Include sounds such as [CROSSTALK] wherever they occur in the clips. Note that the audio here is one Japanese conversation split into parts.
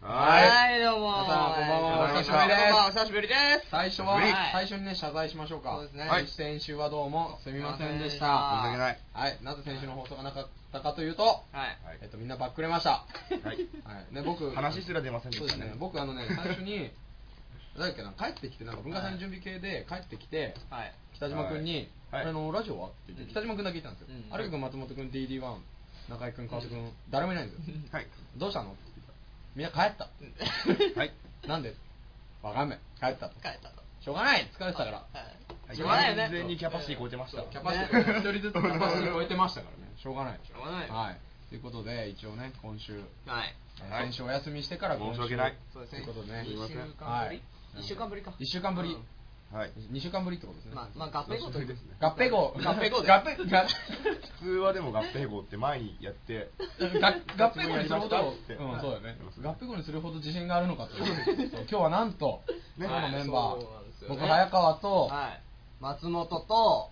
はいい、どうも。皆さんこんばんはお久しぶりです。こんばんはお久しぶりです。最初は、無理最初にね、謝罪しましょうか。そうですねはい先週はどうもすみませんでしすいまた。申し訳ない。はい、なぜ先週の放送がなかったかというと、はい。はいえっと、みんなバックれました。はいはい、ね、僕、話すら出ませんでそうしでたすねね、僕、あ [LAUGHS] のね、最初に、誰だっけな、帰ってきて、なんか文化祭の準備系で帰ってきて、はい。北島君に、はいはいあれのラジオはって言って、北島君だけ言ったんですようん。有、う、く君、松本君、DD1、中井君、川瀬君、誰もいないんですよ。はいどうしたのって聞いたらみんな帰 [LAUGHS] った。はいなんでわかんない。帰ったと。帰ったと。しょうがない疲れてたから。はい。はいしょうがないよね。完全にキャパシティ超えてましたキャパシティ、一人ずつキャパシティ超えてましたからね。しょうがない。しょうがないよはい。ということで、一応ね、今週、はい。えーはい先週お休みしてから今週申し訳ないそうですといね。うことでね。一週間ぶはいり。一週間ぶりか。一週間ぶり。はい二週間ぶりってことですね。まあ、まあ、合併後というですね合併号。合併後で。合併が普通はでも合併号って前にやってが合併号にするほど、っうてん、そうだよね。合併号にするほど自信があるのかという。そう今日はなんと、ね今日のメンバはーいそうなんです、よね僕、早川と、はい。松本と、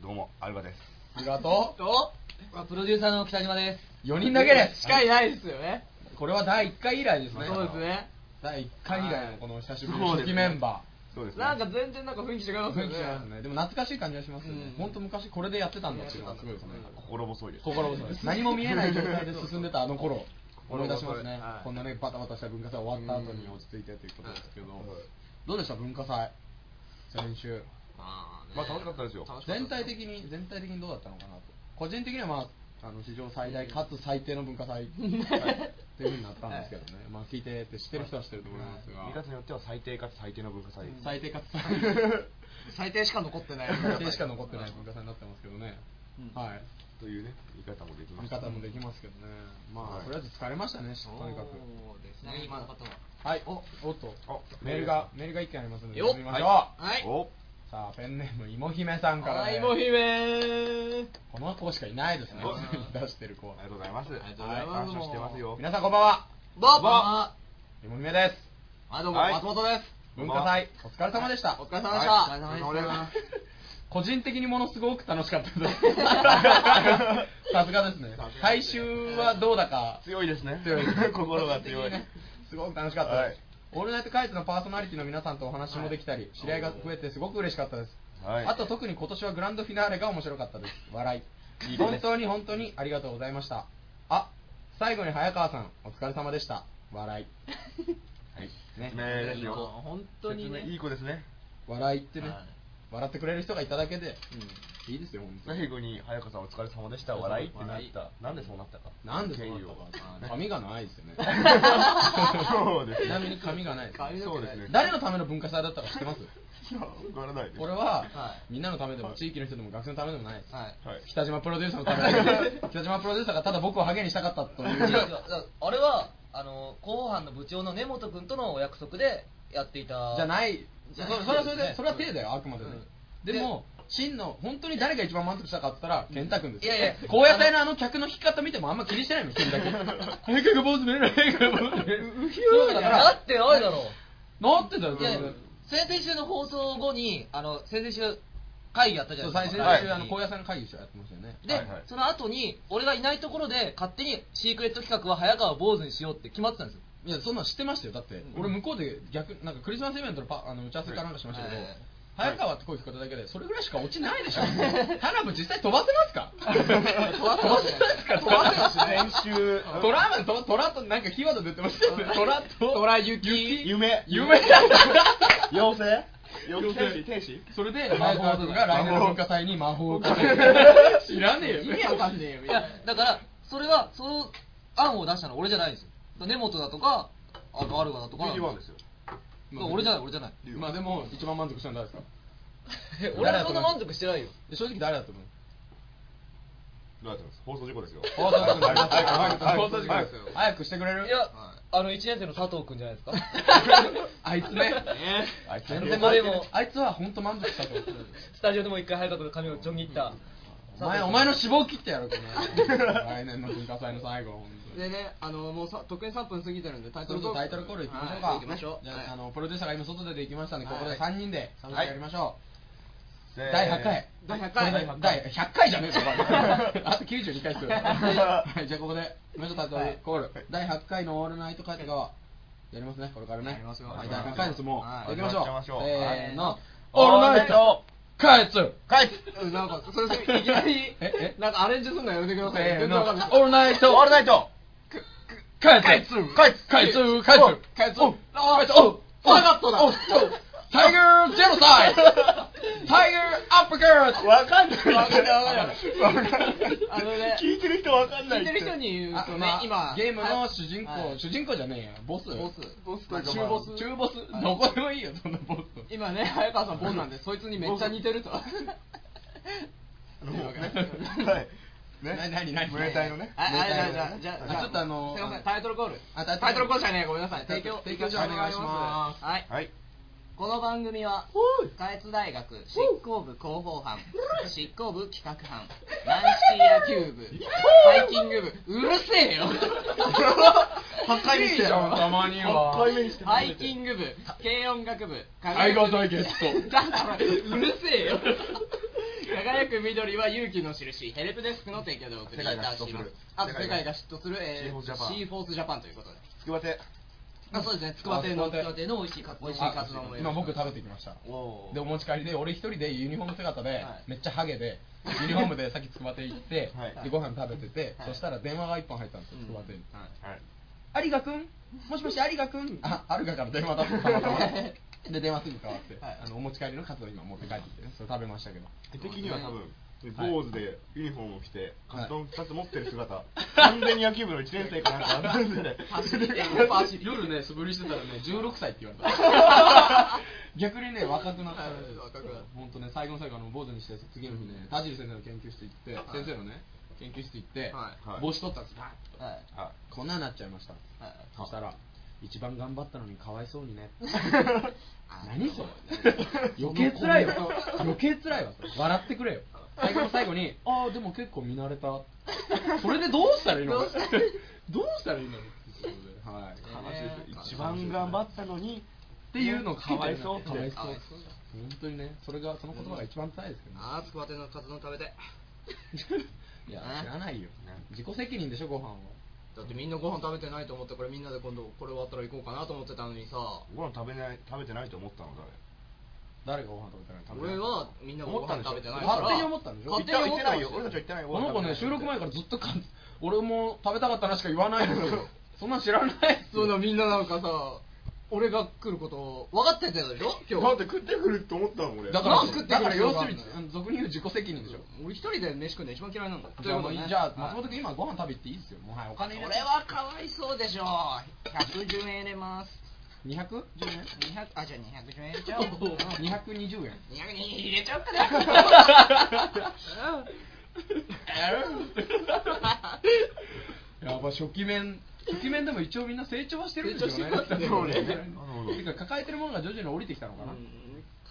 どうもアルバです伊賀と、と、プロデューサーの北島です。 4人だけです。しかいないですよね。これは第1回以来ですね。そうですね。第1回以来のこの久しぶりのそう初です期ねメンバそうですねなんか全然なんか雰囲気違いー。ますよ雰囲気違いますね。ね。でも懐かしい感じがしますよねうん。本当昔これでやってたんだっていうのがすごいですね。心細いです心細いです。何も見えない状態で進んでたあの頃。思心細いい出しますねは。いこんなねバタバタした文化祭終わった後に落ち着いてということですけど、どうでした文化祭先週。あーねまあ楽しかったですよ楽しかっ全た体です的に全体的にどうだったのかなと。個人的にはまああの史上最大かつ最低の文化祭っていうふうになったんですけどね。まあ聞いてて知ってる人は知ってると思いますが。見方によっては最低かつ最低の文化祭最低かつ最低しか残ってない。最低しか残ってない文化祭になってますけどね、うんはいというね見方もできま見した方もできますけどねまあ、はいとりあえず疲れましたねしとにかくそうですね、今のことは。はいおおっとあメールがメールが一件ありますのでよっ読みましょう、はい。おさあペンネームいも姫さんから、はね、い、もひめこの子しかいないですねう出してる子ありはがとうございますありがとうございま感す謝してますよ皆さんこんばんはどうもはいも姫ですい、どうも、はい松本です。文化祭お疲れ様でしたお疲れ様でしはた。いお疲れ様です個人的にものすごく楽しかったですさすがですね最終はどうだか強いですね強いで [LAUGHS] す心が強いすごく楽しかったはです、いオールナイトカイツのパーソナリティの皆さんとお話もできたり、知り合いが増えてすごく嬉しかったです、はいあと特に今年はグランドフィナーレが面白かったです笑いいいですね本当に本当にありがとうございましたあ最後に早川さんお疲れ様でした笑はいね説明ですよ本当にね説明いい子ですねい笑いってね、はい笑ってくれる人がいただけでいいですよ本当最に後に早川さんお疲れ様でした笑いってなっ笑いたなんでそうなったかなんでそうなっ経た緯をか髪がないですよね [LAUGHS] [LAUGHS] そうですねちなみに髪がないです髪の毛そうですね誰のための文化祭だったか知ってますいやわからないですこれは、はみんなのためでも地域の人でも学生のためでもないです、はい。 [LAUGHS] はい北島プロデューサーのためで北島プロデューサーがただ僕をハゲにしたかったと [LAUGHS] いうあれはあの広報班の部長の根本君とのお約束でやっていたじゃないそじゃそないれはそれでそれは手だよあくまでね、うんでも真の本当に誰が一番満足したかって言ったら健太君ですよいやいやこうやってねあの客の引き方見てもあんま気にしてないの健太君変化が坊主見えない変化が坊主見えないうひそうだからなってないだろなってたよういや全然先々週の放送後にあの先々週会議やったじゃそうな最初いです先か週あのはい高野菜の会議してやってましたよねで、はいはいその後に俺がいないところで勝手にシークレット企画は早川坊主にしようって決まってたんですよいやそんなの知ってましたよだって、うん俺向こうで逆なんかクリスマスイベントのパあの打ち合わせかなんかしましたけど、はい早川って声聞こえただけでそれぐらいしか落ちないでしょ花火実際飛ばせますか飛ばせますか飛ばせます先週トラマンとトラとなんかキーワード出てましたよねトラとトラ雪夢夢だ妖精妖精天使天使 [LAUGHS] それで前川君が来年の文化祭に魔法をかける知らねえよ意味わかんねえよ、いみんなや。だからそれはその案を出したのは俺じゃないんですよ根本だとかあとアルガだとかなん11ですよそう俺じゃない俺じゃないまあでも一番満足したの誰ですか [LAUGHS] 俺はそんな満足してないよ正直誰だと思うどうやってます放送事故ですよ放送事故になりますはい放送事故ですよはい早くしてくれるいや、あの1年生の佐藤君じゃないですか。 [LAUGHS] あいつねあいつ全ね然俺でももあいつは本当満足したと思うスタジオでも一回早川君の髪をちょん切った。お前お前の脂肪切ってやろう [LAUGHS] この野郎来年の文化祭の最後本当にでね、あの、もうさ、得意3分過ぎてるんで、タイそトろルそコーろタル。イトルコールいきましょうか、はい行きましょう。じゃあ,、はいあのプロデューサーが今外でできましたんでここはでい3人で3人でやりましょう、はい第8回第100これ回ね。第100回じゃねえぞお前あと92回する、はい、じゃあここで行きましょうタイトルコール、第8回の「オールナイトカイト」がやりますね、これからね。やりますよはい、第何回です、もう。はいやりましょう。やりましょうせーはのい。オールナイト、カイツ返すうんなんか、それそれいきなりええ、なんかアレンジするのやめてください。せー全然のわかんない。、オールナイト、オールナイトカイツカイツカイツカイツカイツおうあーカイツおうサガットだおうおうタイガージェノサイドタイガーアップカーわかんないわかんないわかんないわかんないあのね聞いてる人わかんな聞いいてる人に言うとね、今、ゲームの主人は公、い主人公じゃねえや、ボス。ボス。ボスというか中ボス中ボス、どこでもいいよ、そんなボス。今ね、早川さんボスなんで、そいつにめっちゃ似てると。あのねはいねな何何ムエタイのね [LAUGHS] はいはいはいじゃあじゃああじゃちょっとあのすいませんタイトルコールあタイトルタイトルコールじゃねえごめんなさい提供提供じゃあお願いしますはいはいこの番組は下越大学執行部広報班執行部企画班軟式野球部ハイキング部うるせえ [LAUGHS] よ八回目にしていいじゃんたまには八回目にしてハイキング部軽音楽部相方対ゲストだからうるせえよ輝く緑は勇気の印ヘルプデスクの提供でお送りいたします世界が嫉妬するあと世界が嫉妬するえ C ーフォースジャパンシーフォースジャパンということでつくばてあそうですね、筑波亭の筑波亭の美味しいカツ美味しいあカツ丼も今僕食べてきましたおーでお持ち帰りで俺一人でユニフォーム姿で、はいめっちゃハゲでユニフォームでさっきつくば亭行って、はいでご飯食べてて、はいそしたら電話が一本入ったんですよつくば亭にうんはいはい有賀くんもしもし有賀くんあアルガから電話だったたまた [LAUGHS] まで電話すぐ変わって、はいあのお持ち帰りのカツを今持って帰ってきてねそれ食べましたけど絵的には多分はい坊主でユニフォームを着てはいカツ丼2つ持ってる姿 [LAUGHS] 完全に野球部の1年生かなんかなんでね走りやっぱ走り夜ね素振りしてたらね16歳って言われた逆にね若くなった若くなった本当ね最後の最後あの坊主にして次の日ね田尻先生の研究室行って、はい先生のね研究室行って、はいはい帽子取ったんですバーッと、はいはこんなになっちゃいました、そしたら一番頑張ったのにかわいそうにね何それ余計辛いよ余計辛いわそれ笑ってくれよ最後の最後に「ああでも結構見慣れた」それでどうしたらいいの [LAUGHS] どうしたらいいのっていうことではいい悲しいです一番頑張ったのにっていうのをかわいそうかわいそうかわいそう本当にねそれがその言葉が一番辛いですけどねあー、筑波亭のカツ丼食べたい。 [LAUGHS] いやね知らないよね自己責任でしょご飯はだってみんなご飯食べてないと思って、これみんなで今度、これ終わったら行こうかなと思ってたのにさ、ご飯食べない食べてないと思ったの誰誰がご飯食べてないの俺はみんなご飯食べてないから、勝手に思ったんでしょ勝手に思言ってったんですないよ俺たちは言ってないよこの子ね収録前からずっとか俺も食べたかったなしか言わないんです [LAUGHS] よそんなん知らないですそうよだ、みんななんかさ、俺が来ること分かってたでしょ、今だって。日食ってくると思ったもん俺だかならん食ってくるだから必要要があするるんにだよあの俗に言う自己責任でしょ俺一人で飯食うの一番嫌いなんだ。じゃあもとういうことねじゃあはい松本君今ご飯食べていいですよもうはいお金入れこてれはかわいそうでしょ110円入れます210円200あじゃあ210円入れ [LAUGHS] ちゃおう200 220円200に入れちゃおうかな [LAUGHS] やっぱ初期面初期面でも一応みんな成長はしてるんですよね成長してますねそうね [LAUGHS] てか抱えてるものが徐々に降りてきたのかな、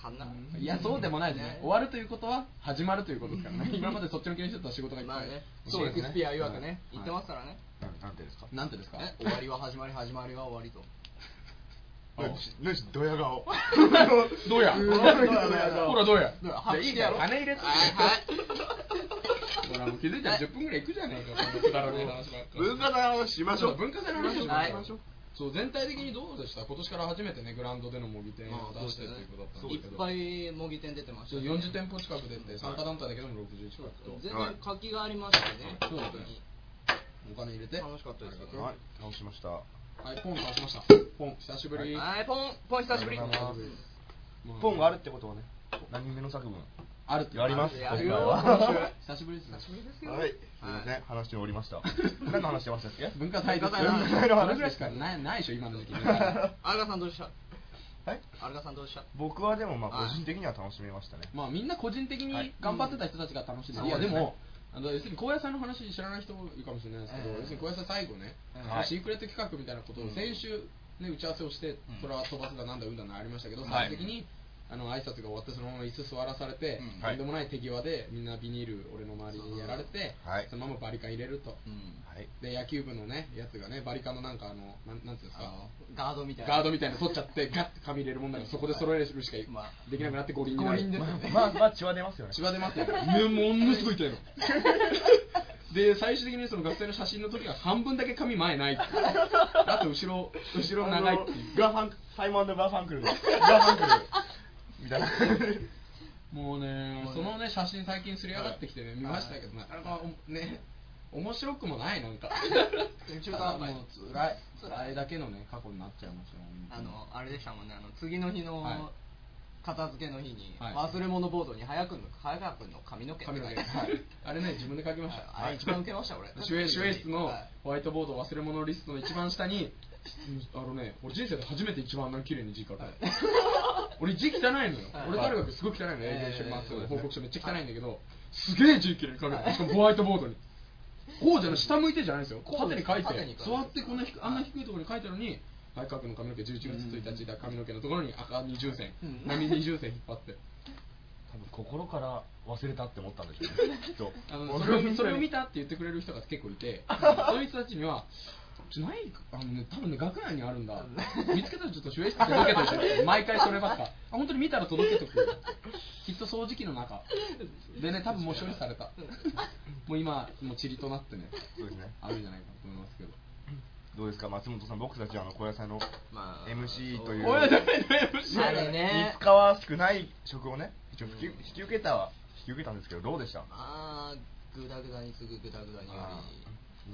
かなうんいやそうでもないですね終わるということは始まるということですからね今までそっちの気にしてた仕事がいっまぱあい、ねシそうェですイねクスピア曰くはねい言ってますからねなんなんていうんですかなんてですかえ終わりは始まり始まりは終わりとなしなしドヤ [LAUGHS] 顔どうやうわどうやほらどうやどうやじゃあいいからは金入れてはいほらもう気づいたら10分ぐらいいくじゃねえかそんなくだらない話ばっかり文化財の話しましょう文化祭の話をしましょうはいそう全体的にどうでした今年から初めてねグラウンドでの模擬店を出してっていうことだったんいでっすけどぱい模擬店出てましたね40店舗近く出て参加団体だけでも60近くと全然活気がありましたねはいそう本当にお金入れて楽しかったですよはい倒しましたはいポン倒しましたポン久しぶりはいポンポン久しぶりありがとうございままポンがあるってことはね何人目の作文あるってやりますやるよ今回は久しぶりですねはいすみません話しておりました [LAUGHS] 何の話してましたっけ文化祭です文 [LAUGHS] 化祭の話それぐらいしかないないでしょ今の時期アルガさんどうでしたはいアルガさんどうでした僕はでもまはあい個人的には楽しみましたねまあみんな個人的はにい頑張ってた人たちが楽しんで、うんい、やそうでですねも、あの要するに高野菜の話知らない人もいるかもしれないですけど、ええ要するに高野菜最後ね、ええはいシークレット企画みたいなことを先週、ね、打ち合わせをして、んそれは飛ばすだなんだうんだのありましたけど、はい最終的にあの挨拶が終わってそのまま椅子座らされてうん、と、んでもない手際でみんなビニール俺の周りにやられて、はいそのままバリカン入れると。うんはいで野球部のねやつがねバリカンのなんかあのなんなんていうんですかあのガードみたいなガードみたいなの取っちゃってガッて紙入れるもんだからそこで揃えるしかまできなくなって五輪になる五輪ですよねまあまあ血は出ますよね [LAUGHS] 血は出ますよねものすごい痛いので最終的にその学生の写真の時は半分だけ髪前ないっていうあと後ろ後ろ長いっていうガーファンクサイモンガーファンクルのガーファンクルみたいなもうね、そのね、写真最近すり上がってきてね、見ましたけど、なかなかおね、面白くもない、なん [LAUGHS] か。中途半端もう辛い、辛いだけのね、過去になっちゃいましたよ本当あにのあれでしたもんねあの次のは日いの片付けの日に、はい忘れ物ボードに早くんの早川君の髪の毛髪の毛、あれね、自分で書きました。あれ一番受けました俺守衛守衛室のはいホワイトボード忘れ物リストの一番下に、あのね、俺人生で初めて一番あんな綺麗に字書くの。 [LAUGHS] 俺字汚いのよ。俺とあるがすごい汚いのよ、営業してます報告書めっちゃ汚いんだけど、すげえ字綺麗に書くの。しかもホワイトボードに。こうじゃない、下向いてじゃないんですよ。縦に書いて縦に、書い座てってこんな低あんな低いところに書いてあるのに、はい、角の髪の毛11月1日だ、髪の毛のところに赤20線う、ん波20線引っ張って。多分心から忘れたって思ったんでしょうねきっとあのそれをそれを見たって言ってくれる人が結構い [LAUGHS] て、そういう人たちには、ちょないあのね、多分ね、学内にあるん [LAUGHS] だ、見つけたらちょっと守衛室に届けといてって、毎回そればっか、あ本当に見たら届けとくよ、きっと掃除機の中、でね、多分もう処理された、もう今、もう塵となってね、そうですねあるんじゃないかと思いますけど。どうですか松本さん僕たちはあの小屋さんのまあ MC というおやだめだよあれね似つかわしくない職をね一応引き,、引き受けたは引き受けたんですけどどうでしたまあグダグダに次ぐグダグダによあ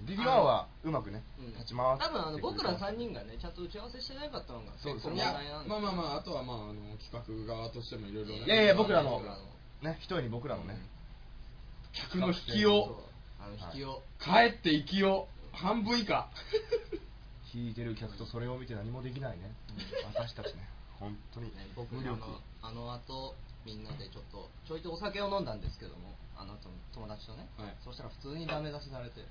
りー DD1 はうまくねうん立ち回って多分あの僕ら三3人がねちゃんと打ち合わせしてなかったのがそう結です構ね問い題やなんですまあまあまあ、あとはまああの企画側としてもいろいろねいやいや僕らの僕らのね一人に僕らのね、客の引きをそうあの引きを、帰って生きよう半分以 [LAUGHS] 下聞いてる客とそれを見て何もできないね、私たちね本当にね僕無ら力のあの後みんなでちょっとちょいとお酒を飲んだんですけどもあの後友達とね、はいそしたら普通にダメ出しされて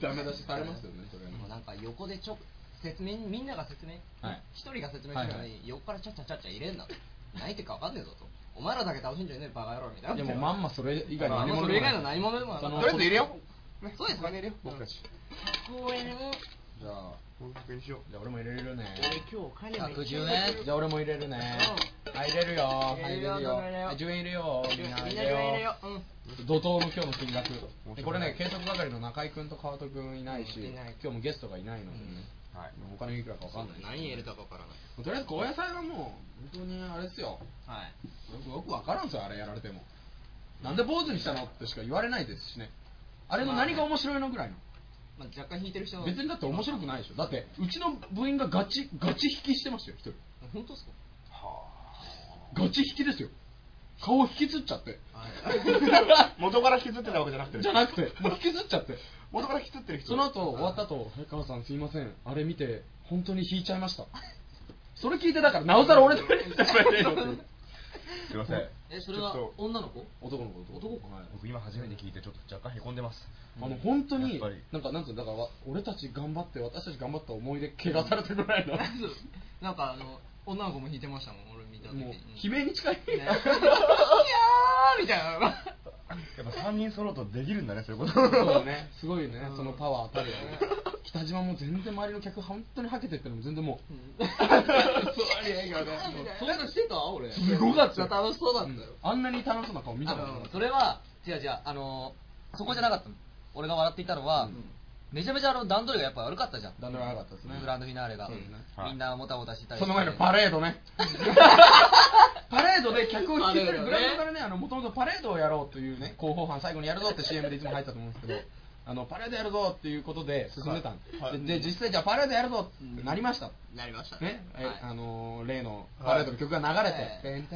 ダメ出しされますよねそれはねもうなんか横でちょ説明みんなが説明はい一、人が説明してるのはいはに横からちゃっちゃちゃっちゃ入れんなと泣いてるかわかんねえぞとお前らだけ楽しんじゃねえバカ野郎みたいないやもうまんまそれ以外まあ何まあ者そでれ以もない外の何者でもないそのとりあえず入れよう、ねそうですねお金入れよう僕たち公園をじゃあ500円にしようじゃあ俺も入れるね俺今日お金めっちゃ110入れて円るじゃあ俺も入れるねあ入れるよ入入れれるるよよ入れるよ10円入れようみんなみ入んなれ10よ円入れうよううん怒涛の今日の金額でこれね計測係の中居君と川戸君いないしいない今日もゲストがいないのでねはいお金いくらかわかんない何入れたかわからないとりあえず高野菜はもう本当にあれですよはいよくよく分からんすよあれやられてもなんで坊主にしたのってしか言われないですしねあれの何が面白いのぐらいまあ、若干引いてる人の別にだって面白くないでしょだってうちの部員がガチガチ引きしてましたよ一人本当ですかガチ引きですよ顔を引きずっちゃ [LAUGHS] って元から引きずってたわけじゃなくてじゃなくてもう引きずっちゃって元から引きずってる人その後終わった後早川さんすいませんあれ見て本当に引いちゃいましたそれ聞いてだからなおさら俺の目にしてもらえないのっていうすいませんえそれはちょっと女の子 [LAUGHS] 男の子と男かはい僕今初めて聞いてちょっと若干へこんでますあの本当やにっぱり、なんか、なんつうのだから、わ俺たち頑張って、私たち頑張った思い出、怪我されたぐらいの、なんかあの女の子も弾いてましたもん俺見た時もうに、悲鳴に近い、ねいやーみたいなやっぱ3人揃うとできるんだねそういうことそうね、すごいね、そのパワー当たるよね、北島も全然周りの客、本当にはけてってのも、全然もう、そうやりゃいいからねそんなのしてた俺すごかったよ楽しそうだったよ、あんなに楽しそうな顔見たことあなのいそれは違う違うあのそこじゃなかったの俺が笑っていたのは、めちゃめちゃあの段取りがやっぱ悪かったじゃん段取り悪かったですねグランドフィナーレが、そうですねはいみんなもたもたしてたりしてその前のパレードね。パレードで客を引きつけるグラウンドからね、あの、もともとパレードをやろうというね、広報班最後にやるぞって CM でいつも入ったと思うんですけど、あの、パレードやるぞっていうことで進んでたんです、はいで、で実際じゃあパレードやるぞってなりました。なりましたね、えはいあのー例のパレードの曲が流れて、はいでね、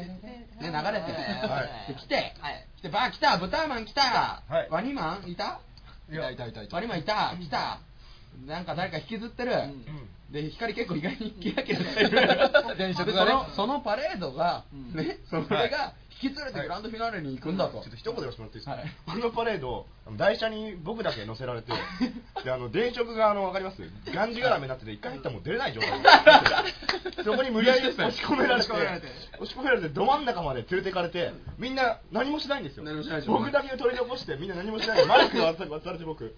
流れて、はいで来て、はい来て、バー来た、ブターマン来た、はいワニマンいた [LAUGHS] いやいたいたいたワニマンいた、来た、なんか誰か引きずってる、で光結構意外にキラキラしてる [LAUGHS] 電飾でがねそのそのパレードが、うんねそれが引き連れてグランドフィナーレに行くんだと、ちょっと一言言わせてもらっていいですか、はいあのパレードあの台車に僕だけ乗せられてであの電飾があの分かりますがんじがらめになってて一回入ったらもう出れない状態そこに無理やり押し込められて押し込められて押し込められてど真ん中まで連れてかれてみんな何もしないんですよ何もしないでしょ僕だけ取り残してみんな何もしないでマイクが渡されて僕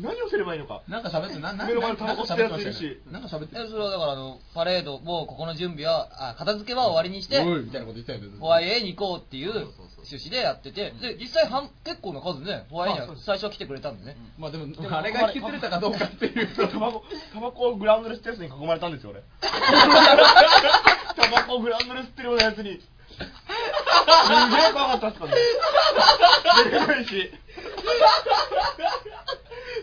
何をすればいいのかなんか喋ってなな目の前のタバコ吸ってるやついる喋ってましたよねしなんと喋ってえそれはだからあのパレードもうここの準備はあ片付けは終わりにして、おいみたいなこと言ってたよねホワイエに行こうっていう趣旨でやってて、で実際はん結構な数ね、ホワイエには最初は来てくれたんでね。まあでもでもあれが引きずれたかどうかっていうタバコ、タバコをグラウンドで吸ったやつに囲まれたん [LAUGHS] ですよ、俺。タバコをグラウンドで吸ってるようなやつに。すげえ怖かったっすからね。すごいし。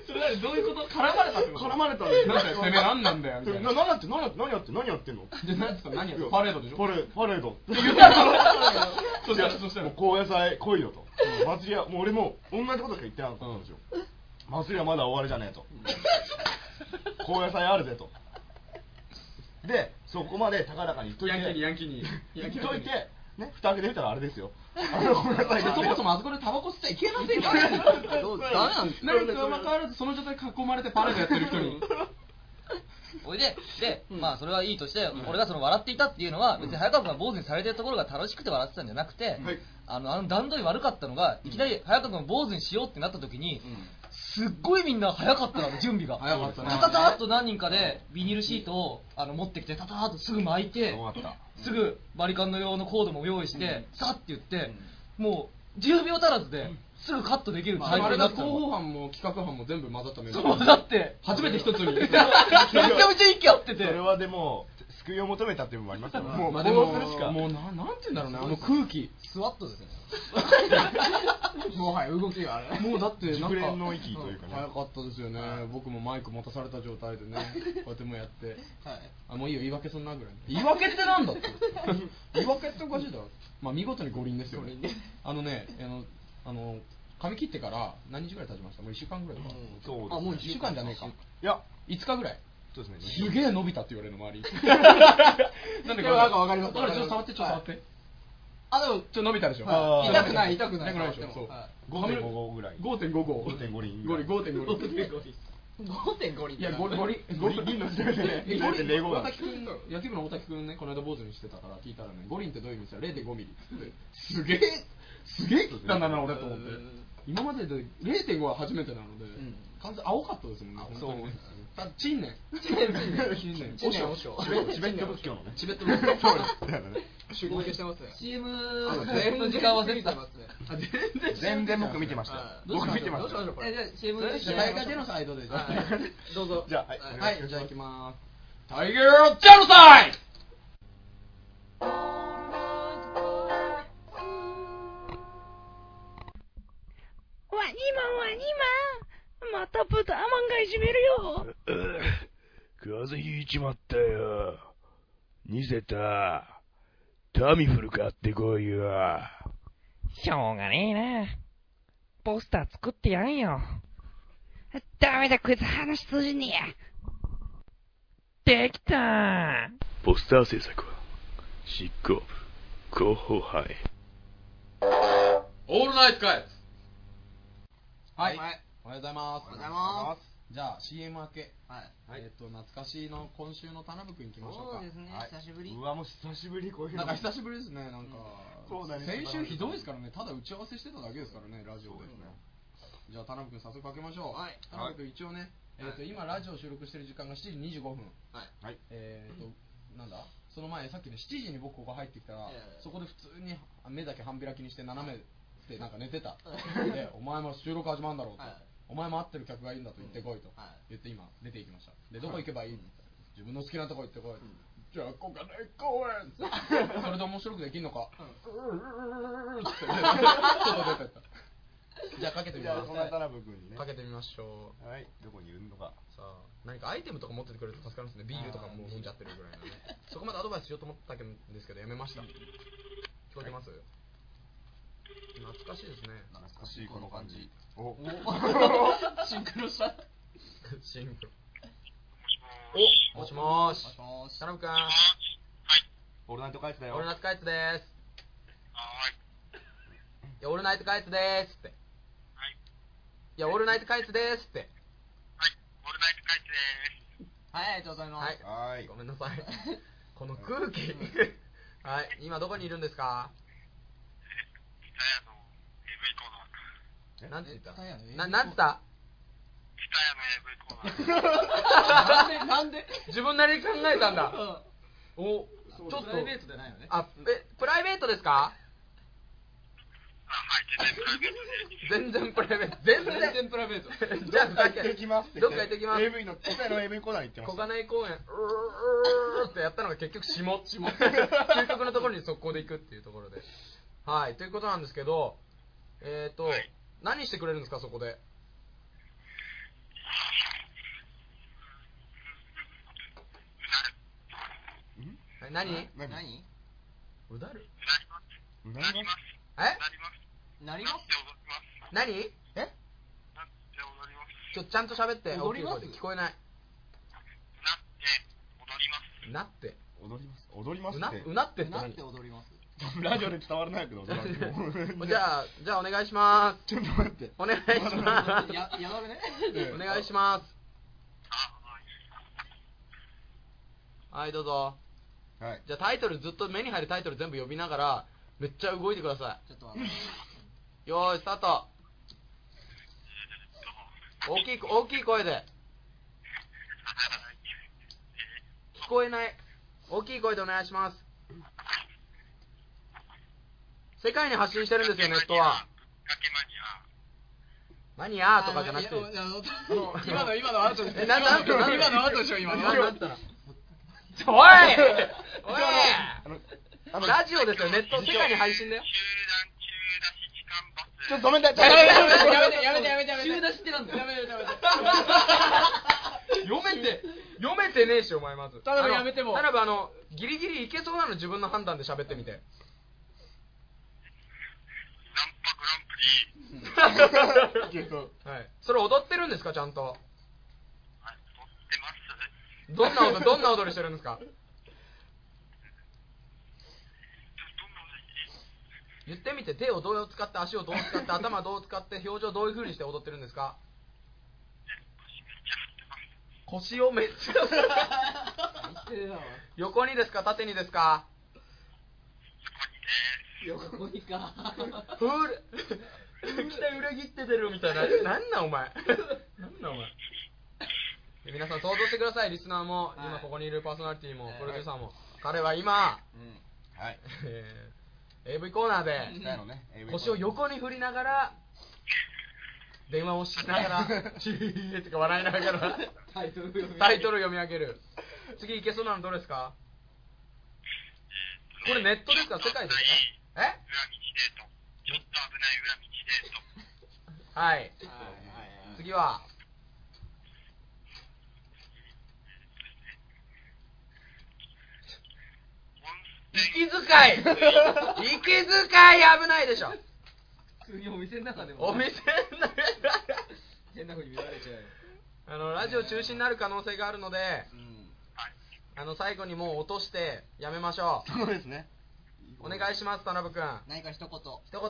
それどういうこと絡まれたって [LAUGHS] 絡まれたんですよ。 [LAUGHS] なんだよてめえ何なんだよみたいなな何やって何やって何やって何やってんの [LAUGHS] で何やってたの何やってたのパレードでしょパレード。パレード。そしたらそしたらもう高野菜来いよと。祭りは、もう俺も同じことしか言ってなかったんですよ。祭りはまだ終わりじゃねえと。高野菜あるぜと。で、そこまで高らかに言っといヤて。ンキーにヤンキーにヤンキ言っーにといて、ね、蓋開けてみたらあれですよ。あのごめんなさいそもそもあそこでタバコ吸っちゃいけませんからどうダメなんです何かま変わらずその状態で囲まれてパレードやってる人においで、で、まあそれはいいとして、俺がその笑っていたっていうのは、別に早川君が坊主にされてるところが楽しくて笑ってたんじゃなくはて、いあの、あの段取り悪かったのが、いきなり早川君を坊主にしようってなった時に、すっごいみんな早かったな、準備が。早かったねタタターっと何人かでビニールシートをあの持ってきて、タターっとすぐ巻いて、終わっすぐバリカンの用のコードも用意して、さって言って、もう10秒足らずですぐカットできるまあタイあプれになだってた広の報班も企画班も全部混ざったメンバーそうだって、初めて一つに [LAUGHS] めちゃめちゃ息合ってた。てそ。れはでも、救いを求めたっていう部分もありますよ。もう、まもあうでもするしか。もうななんて言うんだろうねあの空気スワットです [LAUGHS] ねもはや動きがあれもうだってなん熟練かの域というかね。早かったですよね僕もマイク持たされた状態でねこうやってもうやってはいあもういいよ言い訳そんなぐらい言い訳ってなんだって言い訳っておかしいだろまあ見事に五輪ですよねあのねあのあの髪切ってから何日ぐらい経ちましたもう1週間ぐらいとか、そうですねあもう1週間じゃねえかいや、 5日ぐらいそうですね。すげえ伸びたって言われるの周り [LAUGHS] なんでいやなんかわかりますほらちょっと触ってちょっと触って、あでもちょっと伸びたでしょ、はい痛くない痛くない痛くないでしょ触ってもはい5.55ぐらい5.5号5.5輪ゴリ5.5輪5.5リッいやゴリゴリゴリ輪の時代でねえゴリ0.05大滝君野球部の大滝君ねこの間坊主にしてたから聞いたらねゴリンってどういう意味ですか0.5ミリすげえすげえ切ったんだな俺と思ってうん今までで0.5は初めてなのでん完全青かったですもんねそう本当にねただ近年近年知念和尚チベチベット仏教のね。チベットの [LAUGHS] 集合してますね CM [LAUGHS] の時間忘れてた。あ全全然僕見てましたよはい僕見てまどうししたましょようこれえじゃあ CM の時間大会ジェノサイドでじゃはいどうぞ [LAUGHS] じゃあはいはおい願あはいいじゃあ行きますタイガージェノサイドわにまわにままたブタマンがいじめるよ風邪ひいちまったよ。ニセタ、タミフル買ってこいよ。しょうがねえな。ポスター作ってやんよ。ダメだ、こいつ話通じねえ。できたポスター制作は、執行部、広報班へ。オールナイトカイはいはいおはようございますおはようございますじゃあ CM 明けはいえっと懐かしいの今週の田辺君行きましょうかそうですねはい久しぶりうわ、もう久しぶりにこういうの。なんか久しぶりですねなんか、そうだね先週ひどいですからねただ打ち合わせしてただけですからねラジオで、じゃあ田辺君早速かけましょう、はい田辺君一応ね、えっと今ラジオ収録してる時間が7時25分はいはい。えっとなんだその前さっきね7時に僕ここ入ってきたら、ええそこで普通に目だけ半開きにして斜めでなんか寝てた、でお前も収録始まるんだろうと、はいお前も会ってる客がいるんだと言ってこいと、は言いって今出て行きましたでどこ行けばいい、自分の好きなとこ行ってこい、じゃあここが大公園 [LAUGHS] それで面白くできんのか、うーってちょっと出てっ [LAUGHS] たじゃあかけてみじゃあ、まそんな田す辺君にね。かけてみましょうはい、どこにいるのか。さあ何かアイテムとか持っててくれると助かるんですねビールとかもう飲んじゃってるぐらいのねそこまでアドバイスしようと思ったんですけどやめました聞こえてます、懐かしいですね懐かしい、この感じ。お、シンクロしたシンプル。お、もしもーし。もし田辺くん、 [LAUGHS] オールナイト帰ってたよ。オールナイトカイツでーす。いや、オールナイトカイツでーすって。いや、オールナイトカイツでーすって。はいありがとうございますはいはーいご。めんな [LAUGHS] さい。この空気。はい、今どこにいるんですか北谷の AV コーナー。えなんて言ったえ北谷の AV な、なんつった北なんでなんで自 [LAUGHS] 分なりに考えたんだうんおちょっちょとっとプライベートじゃないよねあえプライベートですか全然プライベート全然全然プライベー [LAUGHS] トじゃあふざけ行ってきますってどっか行ってきます AV の答えの AV コーナー行ってま小した金井公園うーうーってやったのが結局下下究極のところに速攻で行くっていうところではいということなんですけどえっ、ー、と、何してくれるんですかそこでえ何何何うだる何がえなります何えちょちゃんと喋って踊ります大きい声で聞こえないなって踊ります踊りますっうなてうなってってな何って踊りますラジオで伝わらないけど踊らんけど [LAUGHS] じゃあじゃあお願いしますちょっと待ってお願いします。ややばめねお願いします。はい、どうぞ。はいじゃあタイトル、ずっと目に入るタイトル全部呼びながら、めっちゃ動いてくださ [LAUGHS] ちょっと待ってい。よーい、スタート。大きい、大きい声で。聞こえない。大きい声でお願いします。世界に発信してるんですよ、ネットは。マニアとかじゃなくて。あいやいや今の今の後でしょえななんてなんて今の後でしょ今なんなんてなおいおあのあいのラジオですよ、ネット、世界に配信だよ。ちょっとごめんなさやいめてやめてやめてやめて中出ししってなんだやめてやめて読めて、読めてねえし、お前まず。田辺あのやめても田辺、あの、ギリギリいけそうなの自分の判断で喋ってみて。いけそうはい。それ踊ってるんですか、ちゃんと。どんな踊り、どんな踊りしてるんです [LAUGHS] か言ってみて、手をどう使って、足をどう使って、頭どう使って、表情どういう風にして踊ってるんですか腰をめっちゃ横にですか縦にですかここに [LAUGHS] かふる期待裏切って出るみたいななんなんお前なんなんお前で皆さん想像してくださいリスナーも、はい今ここにいるパーソナリティもはいプロデューサーも、彼は今、はいえー AV コーナーでしたいのね AV 腰を横に振りながら電話をしなが [LAUGHS] らヒーヒーヒーってか笑いながらタイトル読みタイトル読み上げる次いけそうなのどれですかこれネットですか世界ですかねえはいはいはいはい次は息遣い息遣い危ないでしょ普通にお店の中でもお店の変な風に見られちゃうよあのラジオ中止になる可能性があるのでうんあの最後にもう落としてやめましょそうですねうお願いします田辺君何か一言一言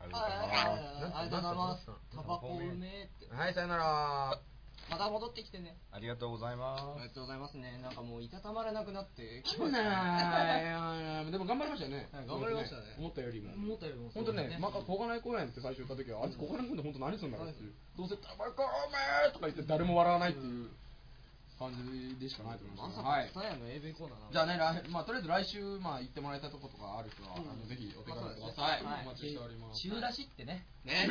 ありがとうございますありがとうございます。タバコうめえって。はいさよならまた戻ってきてね。ありがとうございあまりすがとうございますね。なんかもういたたまれなくなって。ないでも頑張りましたよねはい頑張りましたね思ったよりも思ったよりもそう本だ当ねね、まか小金井公園って最初行った時は、あいつ小金井公園で本当何するんだろうっていう、どうせタバコおめえとか言って誰も笑わないっていう感じでしかないと思いまますさね。かはい。スタヤの AV コーナーなのじゃあね、来まあとりあえず来週まあ行ってもらえたとことかある人は、うんあのぜひお手紙くだまあさい。そうですねはいお待ちしております。中出しってねね。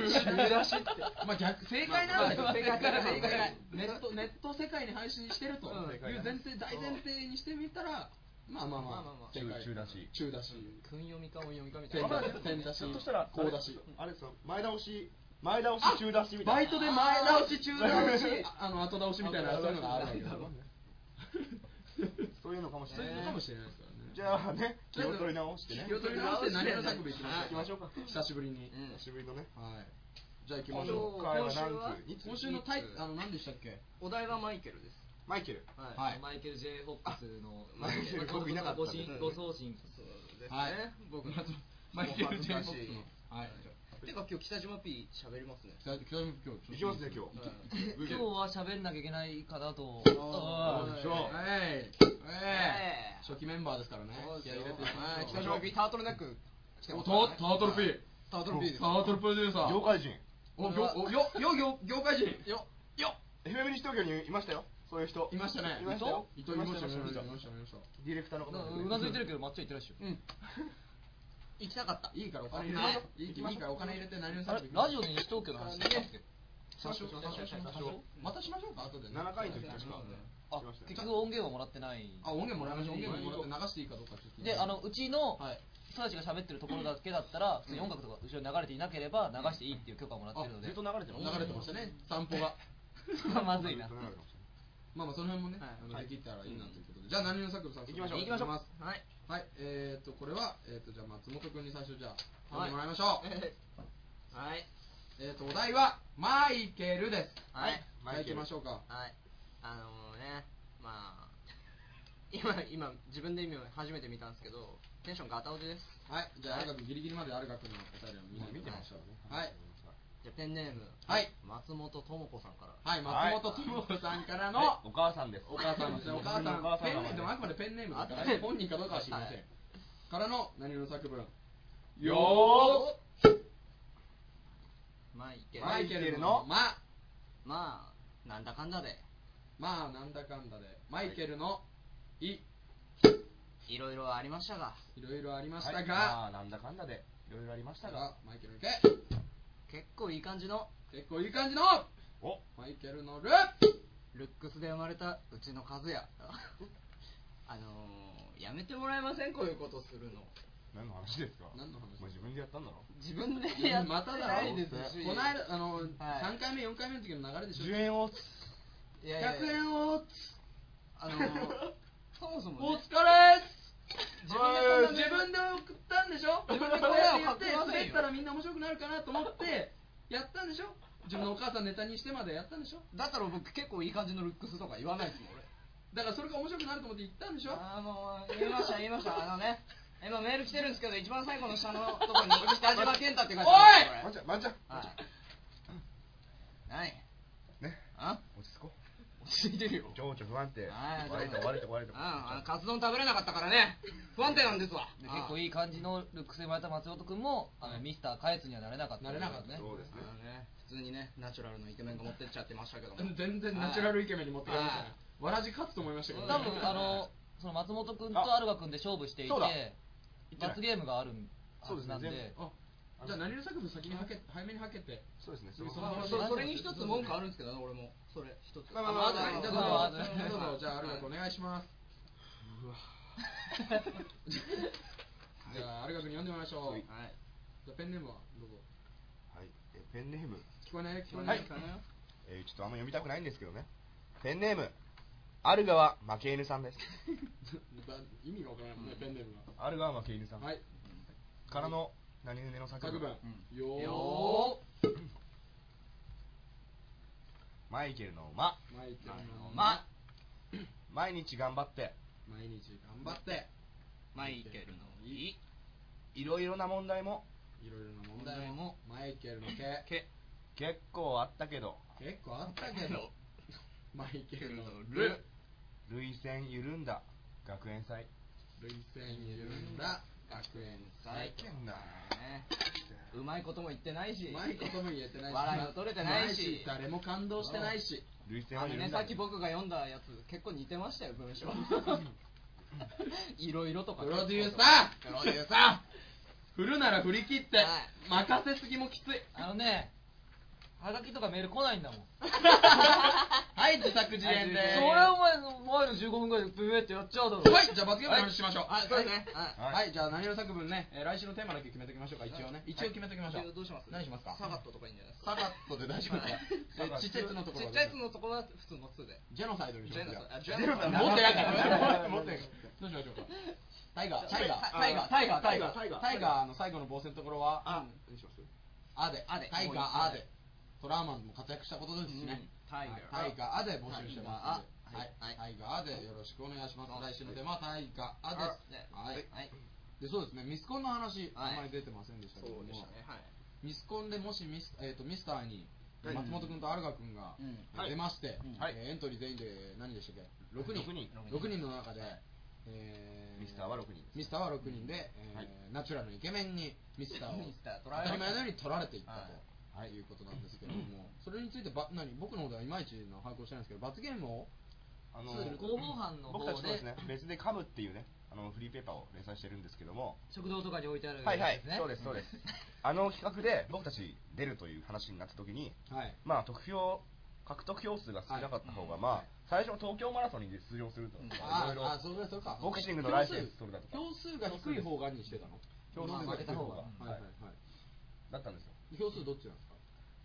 まあ逆正解なんだけど、まあ正解から正正解から解ネットネット世界に配信してるとうんいう前提大前提にしてみたら、まあまあまあままああまあ中中だし中だし、訓読みか音読みかみた点いだな。ねし、点だひしょっとしたら、こうだし。あれですよ前倒し前倒し中だしみバたいイなトで前倒し、[LAUGHS] 中倒し、あの後倒しみたいな、そういうのがあるわけだあるわそういうのかもしれそうないいうのかもしれないですからね。じゃあね気を取り直してね気を取り直して、何の作部いきはいましょうか。久しぶりに。うん久。しぶりのねはい。じゃあ行きま今しょ回は何今週は通いつう。今週のタイ、あの、何でしたっけお題はマイケルです。マイケルは。はいいマイケル J ホップスのマイケル僕いなかったんでご信ご送信そうですねはい。僕マイケル・ジェイ・フォックスの。はい。てか今日北島 P 喋りますね北北島今日行きますね今日今日は喋んなきゃいけないかなと。そうあでしょうえいえい初期メンバーですからねそうですよ気合い入れていきましょはうい北島 P タートルネック来ておまっすからとねタートル P タートル P ですタートルプロデューサー業界人お業およよ業業界人よよ FM 西東京にいましたよそういう人いましたねいましたよ伊藤いましたいましたいましたいましたディレクターの方なうなずいてるけど、抹茶言ってないっしょ。うん行きたかったいいからお金入れはいていいからお金入れて何をあれ、ラジオで西東京の話してたっけ最初最初最初またしましょうか後でね7回の時確かあ、結局音源はもらってない。あ音源もらいましょう音源もらって流していいかどうかちょっとで、あの、うちのはい人たちが喋ってるところだけだったら、普通に音楽とか後ろに流れていなければ流していいっていう許可もらってるので、流れて流れてましたね散歩が [LAUGHS] まずいな。まあまあその辺もね、はいあのできたらいいなということで、じゃあ何の作業さん行きましょう行きましょうはいはいえー、とこれはえっ、とじゃあ松本君に最初じゃあ読んはでいもらいましょう、はいえー、とお題はマイケルですはいじゃあ行きましょうかはいあのねまあ今今自分で意味を初めて見たんですけどテンションガタオジですはいじゃあアルガ君ギリギリまでアルガ君のお便りを見,、見てまししたたよねはいじゃあペンネームはい松本智子さんからはいはい松本智子さんからの、はいお母さんですお母さんですねお母さんお母さんペだンもんねネームでもあくまでペンネームですから、あはい本人かどうかは知りません、はいからの何の作文よマイケールマイケルマイケルののままあなんだかんだでまあなんだかんだでマイケルの「い」いろいろありましたがいろいろありーましはたいが、まあなんだかんだでいろいろありましたがマイケルのけ結構いい感じの結構いい感じのおマイケルのルルックスで生まれたうちの和也 [LAUGHS] あのー、やめてもらえませんこういうことするの何の話ですか何の話まあ自分でやったんだろ自分でやってまただろないですしこの間あの、はい3回目4回目の時の流れでしょ10円をいやいやい100や円をあ [LAUGHS] のー、そもそも、おね疲、れっす自分で自分で送ったんでしょ自分でこうやって言って滑ったらみんな面白くなるかなと思ってやったんでしょ自分のお母さんネタにしてまでやったんでしょだったら僕結構いい感じのルックスとか言わないですもん俺だからそれが面白くなると思って言ったんでしょあーもう言いました言いましたあの [LAUGHS] ね今メール来てるんですけど一番最後の下のとこに北島健太って書いてあるまんんでちすゃんまんちゃんこれはい何ねあ落ち着こ落ち着いてるよう情緒不安定はい割れた割れた割れうんたあのカツ丼食べれなかったからね不安定なんですわで結構いいい感じのルックスで生まれた松本君も、あのミスターカエツにはなれなかった、なれなかったね。そうですねね普通にねナチュラルのイケメンが持ってっちゃってましたけども全然ナチュラルイケメンに持ってかれましたはねいわらじ勝つと思いましたけどね多分あのその松本君とアルガ君で勝負していそうだて罰ゲームがあるはずなんでそうですねあじゃあ何の作文先にはけ早めにはけてそうですねそのそそののあそそれに一つ文句あるんですけどね俺もそれ一つまあまあまずまはあいじゃまああどうぞまあどうぞじゃあアルガ君お願いしますじゃあアルガ君に読んでもらいましょはいうはいじゃあペンネームはどうぞはいえペンネーム聞こえないよ聞こえなはいいよ、えーちょっとあんま読みたくないんですけどねペンネームアルガは負け犬さんですば意味がわからないもんねペンネーム [LAUGHS] アルガは負け [LAUGHS] 犬さがはいからの何々の作作文文よーよマイケルの馬マイケルのま毎日頑張って毎日頑張ってマイケルのいいいろいろな問題もいろいろな問題もマイケルのけけ結構あったけど結構あったけど [LAUGHS] マイケルのるる涙腺緩んだ学園祭涙腺緩んだ学園最祭高変なねうまいことも言ってないしうまいことも言えてないし笑いも取れてないし誰も感動してないし涙腺あはの緩ねんさだっき僕が読んだやつ結構似てましたよ文章いろいろとかプロデューサープロデューササー振るなら振り切ってはい任せすぎもきついあのね、はがきとかメール来ないんだもん。はい自作自演でそれお前の前の15分ぐらいでブーってやっちゃうだろ。はいじゃあ罰ゲームの話しましょうーはいそうですねははいはいいじゃあ何の作文ねえー来週のテーマだけ決めときましょうか一応ね一応決めときましょ一応うどうします何しますかサガットとかいいんじゃないですサガッかトで大丈夫ですかえーちっちゃいやつのとこちろっちゃいやつのところは普通の2でジェノサイドにしジますェノよさんあジジェノさん持ってないか持っらて持持っててっないどうしましょうかタイガータタイイガガーータイガータイガータイガータイガータイガーのタイガー最後の防戦のところはあ何しますアデアデタイガもういいーアデトラーマンも活躍したことですしうんねタイガータイガーアデ募集してますタはイいガータイガーアアデよろしくお願いします来週のテーマはタイガーアデですねはいはいでそうですねミスコンの話はいあまり出てませんでしたけどそもうでしたねはいミスコンでもしミス,、えー、とミスターにはい松本君とアルガ君がうんえーはい出まして、はいえーエントリー全員で何でしたっけ6人六人六人の中で、えーミスターは六人ですミスターは六人で、えーはいナチュラルのイケメンにミスターをミスター当取られましたたり前のように取られていったと。はいい、うことなんですけれども、それについてば何僕の方ではいまいちの把握をしてないんですけど、罰ゲームをあそうですね広報班の方僕でたちとですね別でカムっていうねあのフリーペーパーを連載してるんですけども食堂とかに置いてあるはいはやいつねそうですそうです [LAUGHS] あの企画で僕たち出るという話になった時にはい、まあ得票獲得票数が少なかった方がまあ最初の東京マラソンに出場するとうんまあいろいあろあ、そうかそうか。ボクシングのライセンス取るだとか票数が低い方がにしてたの。票数が低い方がははいはいはいだったんですよい。票数どっちなんですか。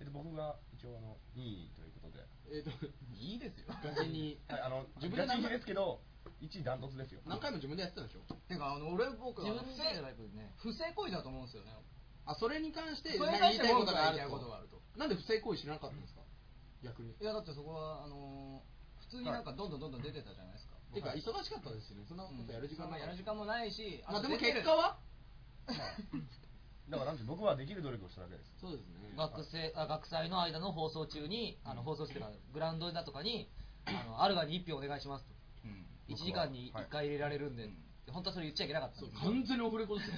えっと僕が一応あの2位ということでえっ、と、いいですよ。ガチに。はいあの自自分分でで何何回ですけど1位ダントツですよ何回も自分でやってたんでしょ。てかあの俺僕自自分分ででじゃないけどね不正行為だと思うんですよねあ、それに関して。それに関して何か文句が言いたいことがあるとなんで不正行為知らなかったんですか。逆に。いやだってそこはあのー普通になんかどんどんどんどん出てたじゃないですか、てか、忙しかったですよね。そんなことやる時間もなやる時かっ間もないし、た。まあ、でも出てる結果は。だからなんて僕はできる努力をしただけですそうですね。学生あ学祭の間の放送中にあの放送中というかグラウンドだとかにあのアルガに1票お願いしますとうん1時間に1回入れられるんで、本当はそれ言っちゃいけなかったんそでうす完全にオフレコ [LAUGHS] ですよ。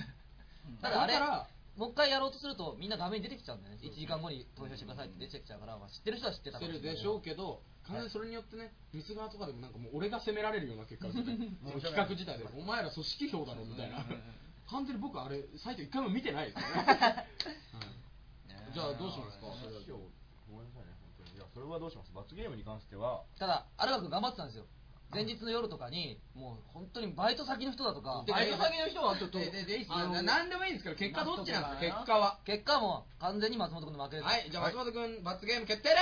ただあれだからもう一回やろうとするとみんな画面に出てきちゃうんだよね1時間後に投票してくださいって出てきちゃうから、まあ、知ってる人は知ってたしかてもるれないでしょうけど、完全にそれによってね、ミス側とかでもなんかもう俺が責められるような結果ですよ [LAUGHS] ね、その企画自体で、お前ら組織票だろみたいな、完全に僕、あれ、サイト一回も見てない [LAUGHS] ですよね、はいじゃあ、どうしますか、そごめんれはなさいね本当にいやそれはどうします罰ゲームに関してはただアルガ君頑張ってたんですよ前日の夜とかにもう本当にバイト先の人だとかバイト先の人はちょっとでででいいっすあのななんでもいいんですけど、結果どっちなんですか、結果は。結果はもう完全に松本君の負けです、はい、じゃあ、松本君、罰ゲーム決定で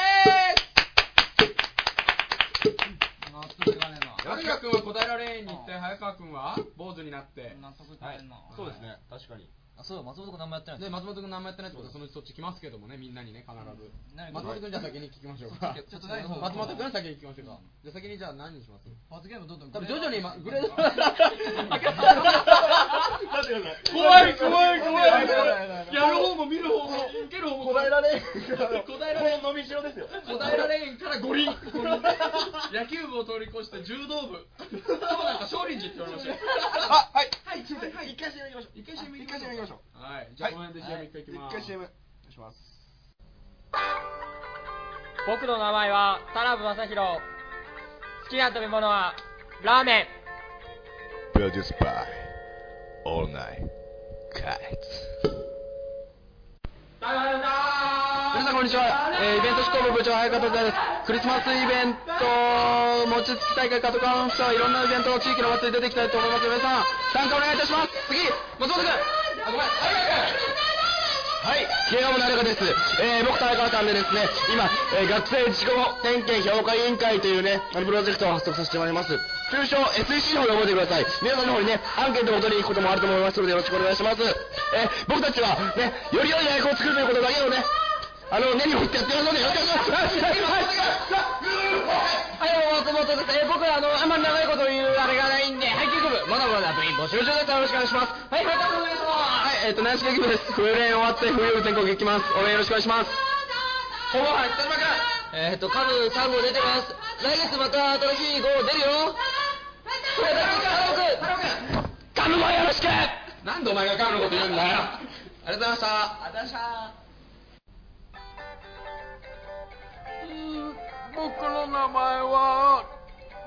納得いかねーす安川君は答えられんに行って、早川君は坊主になっえてな、納得いかねえな、そうですね確かにあそうだ松本君何もやってないんでですよ松本君、何もやってないってことは、そのうちそっち来ますけどもね、みんなにね、必ず。何松本君じゃあ先に聞きましょうか。 [LAUGHS] ちょっと何松本君先に聞きましょうか。じゃあ先にじゃあ何にします？罰ゲームどんどん多分徐々に今グレード。待ってください怖い怖い怖い。いやる方も見る方も受ける方も。答えられ [LAUGHS] ん答えられんこの伸びしろですよ答えられんから五輪。野球部を通り越して柔道部。そうなんか少林寺って言われましたよ。あはいはいすいません一回 CM 行きましょう一回 CM 一回 CM 行きましょうはい。じゃあこの辺で CM 一回行きま一す。回 CM お願いします僕の名前は田辺正宏好きな食べ物はラーメンプロデュースバイオールナイトカイツ皆さんこんにちは、えーイベント執行部部長早川達也ですクリスマスイベント餅つき大会カトカウンスターいろんなイベント地域のお祭り出てきたいと思います皆さん参加お願いいたします次松本君あごめん早川君はい、慶応の中です、えー僕と早川さんでですね、今、えー学生自己点検評価委員会というね、あのプロジェクトを発足させてもらいます。通称 SEC の方で覚えてください。皆さんの方にね、アンケートを取りに行くこともあると思いますので、よろしくお願いします。えー僕たちは、ね、より良い大学を作るということだけをね、あの、根に持ってやってますので、よろしくお願いします。はい、松本です。えー、僕はあの、あんまり長いこと言うあれがないんで、配給部、まだまだ部員募集中です。よろしくお願いします。はい、またお願いします。はい、えっ、と、軟式野球部です。冬練終わって、冬部全国行きます。応援よろしくお願いします。ほぼ、はい、北島君。えーっとカブ3号出てます来月また新しい号出るよカムもよろしくなんでお前がカムのこと言うんだよありがとうございました僕の名前は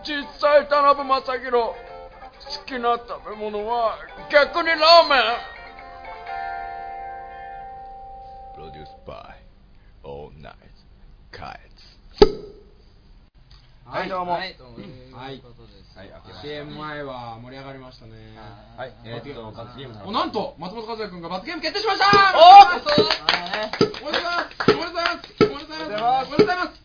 実際田辺正宏好きな食べ物は逆にラーメンプロデュースバイオールナイトカイツはいどうもはいどうもはいということですはい明けまして CM 前は盛り上がりましたねはいえーっと罰ゲームおなんと松本和也君が罰ゲーム決定しましたおめでとうございますおめでとうございますおめでとうございます